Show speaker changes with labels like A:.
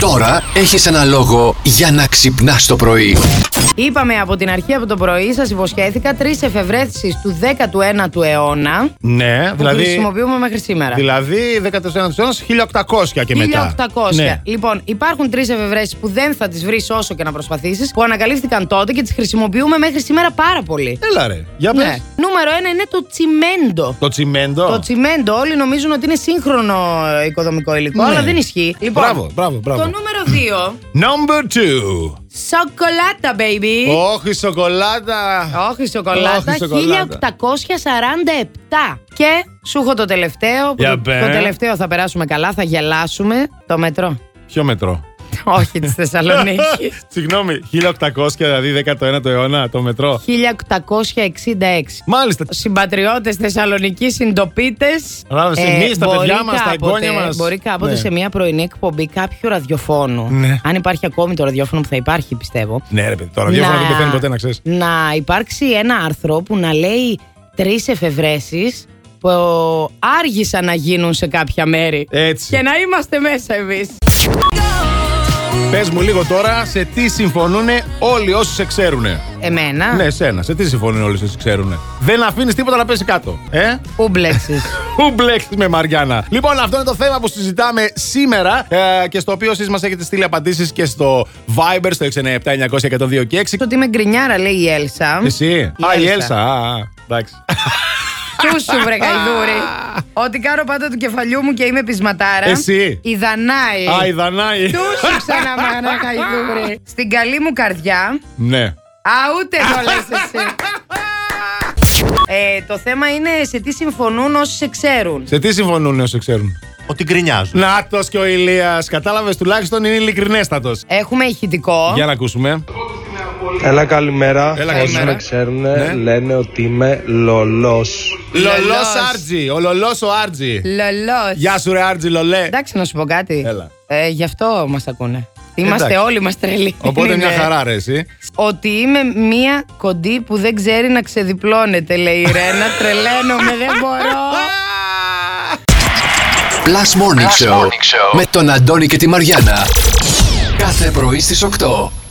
A: Τώρα έχεις ένα λόγο για να ξυπνάς το πρωί.
B: Είπαμε από την αρχή από το πρωί, σας υποσχέθηκα τρεις εφευρέσεις του 19ου αιώνα που
C: Ναι, δηλαδή.
B: χρησιμοποιούμε μέχρι σήμερα.
C: Δηλαδή 14 αιώνα, 1800 και μετά.
B: 1800.
C: Ναι.
B: Λοιπόν, υπάρχουν τρεις εφευρέσεις που δεν θα τις βρεις όσο και να προσπαθήσεις, που ανακαλύφθηκαν τότε και τις χρησιμοποιούμε μέχρι σήμερα πάρα πολύ.
C: Έλα ρε. Για πες.
B: Νούμερο ένα είναι το τσιμέντο.
C: Το τσιμέντο.
B: Ναι. Το τσιμέντο, όλοι νομίζουν ότι είναι σύγχρονο ε, οικοδομικό υλικό,
C: Ναι.
B: αλλά δεν ισχύει. Λοιπόν,
C: Μπράβο, μπράβο, μπράβο.
B: Το νούμερο 2,
C: Number 2.
B: σοκολάτα, baby.
C: Όχι, σοκολάτα.
B: Όχι σοκολάτα,
C: Όχι, σοκολάτα.
B: 1847. Και σου έχω το τελευταίο. που
C: Για
B: το,
C: πες.
B: το τελευταίο θα περάσουμε καλά, θα γελάσουμε. Το μετρό.
C: Ποιο μετρό.
B: Όχι της Θεσσαλονίκης.
C: Συγγνώμη, 1800, δηλαδή 19ο αιώνα το μετρό.
B: 1866.
C: Μάλιστα.
B: Συμπατριώτες Θεσσαλονίκη, συντοπίτες.
C: Κατάλαβες, εμείς, τα παιδιά μας, τα εγγόνια μας.
B: Μπορεί κάποτε
C: Ναι.
B: σε μια πρωινή εκπομπή κάποιου ραδιοφώνου.
C: Ναι.
B: Αν υπάρχει ακόμη το ραδιόφωνο που θα υπάρχει, πιστεύω.
C: Ναι, ρε παιδί, το ραδιόφωνο δεν πεθαίνει ποτέ, να ξέρεις.
B: να υπάρξει ένα άρθρο που να λέει τρεις εφευρέσεις που άργησαν να γίνουν σε κάποια μέρη.
C: Έτσι.
B: Και να είμαστε μέσα εμείς.
C: Πες μου λίγο τώρα σε τι συμφωνούν όλοι όσοι σε ξέρουν.
B: Εμένα.
C: Ναι, εσένα. Σε τι συμφωνούν όλοι όσοι σε ξέρουν. Δεν αφήνεις τίποτα να πέσει κάτω. Ε?
B: Πού μπλέξεις.
C: Πού μπλέξεις με Μαριάννα. Λοιπόν, αυτό είναι το θέμα που συζητάμε σήμερα ε, και στο οποίο εσείς μας έχετε στείλει απαντήσεις και στο Viber στο 697-900-102 και 6.
B: ότι είμαι γκρινιάρα, λέει η Έλσα.
C: Εσύ.
B: Η
C: Α, η
B: Έλσα.
C: Έλσα. Α, α, εντάξει.
B: Πού σου βρε γαϊδούρη. Ότι κάνω πάντα του κεφαλιού μου και είμαι πεισματάρα.
C: Εσύ.
B: Η Δανάη.
C: Α, η Δανάη.
B: Ε. Του σου ξαναμάνα, γαϊδούρη. Στην καλή μου καρδιά.
C: Ναι.
B: Α, ούτε το λες εσύ. Ε, το θέμα είναι σε τι συμφωνούν όσοι σε ξέρουν.
C: Σε τι συμφωνούν όσοι ξέρουν.
D: Ότι γκρινιάζουν.
C: Νάτος και ο Ηλίας Κατάλαβες τουλάχιστον είναι ειλικρινέστατος.
B: Έχουμε ηχητικό.
C: Για να ακούσουμε.
E: Έλα καλημέρα.
C: Έλα,
E: Όσοι
C: καλημέρα.
E: με ξέρουν
C: Ναι.
E: λένε ότι είμαι λολός.
C: Λολός
B: Λολός.
C: Άρτζι. Ο Λολός ο Άρτζι.
B: Λολός.
C: Γεια σου, ρε Άρτζι, λολέ.
B: Εντάξει, να σου πω κάτι.
C: Έλα.
B: Ε, γι' αυτό μας ακούνε. Είμαστε
C: Εντάξει.
B: όλοι μας τρελοί.
C: Οπότε μια
B: Είναι.
C: χαρά, ρε, εσύ.
B: Ότι είμαι μία κοντή που δεν ξέρει να ξεδιπλώνεται, λέει η Ρένα. Τρελαίνομαι, δεν μπορώ.
A: Plus Morning, Show, με τον Αντώνη και τη Μαριάνα. Κάθε πρωί στις 8.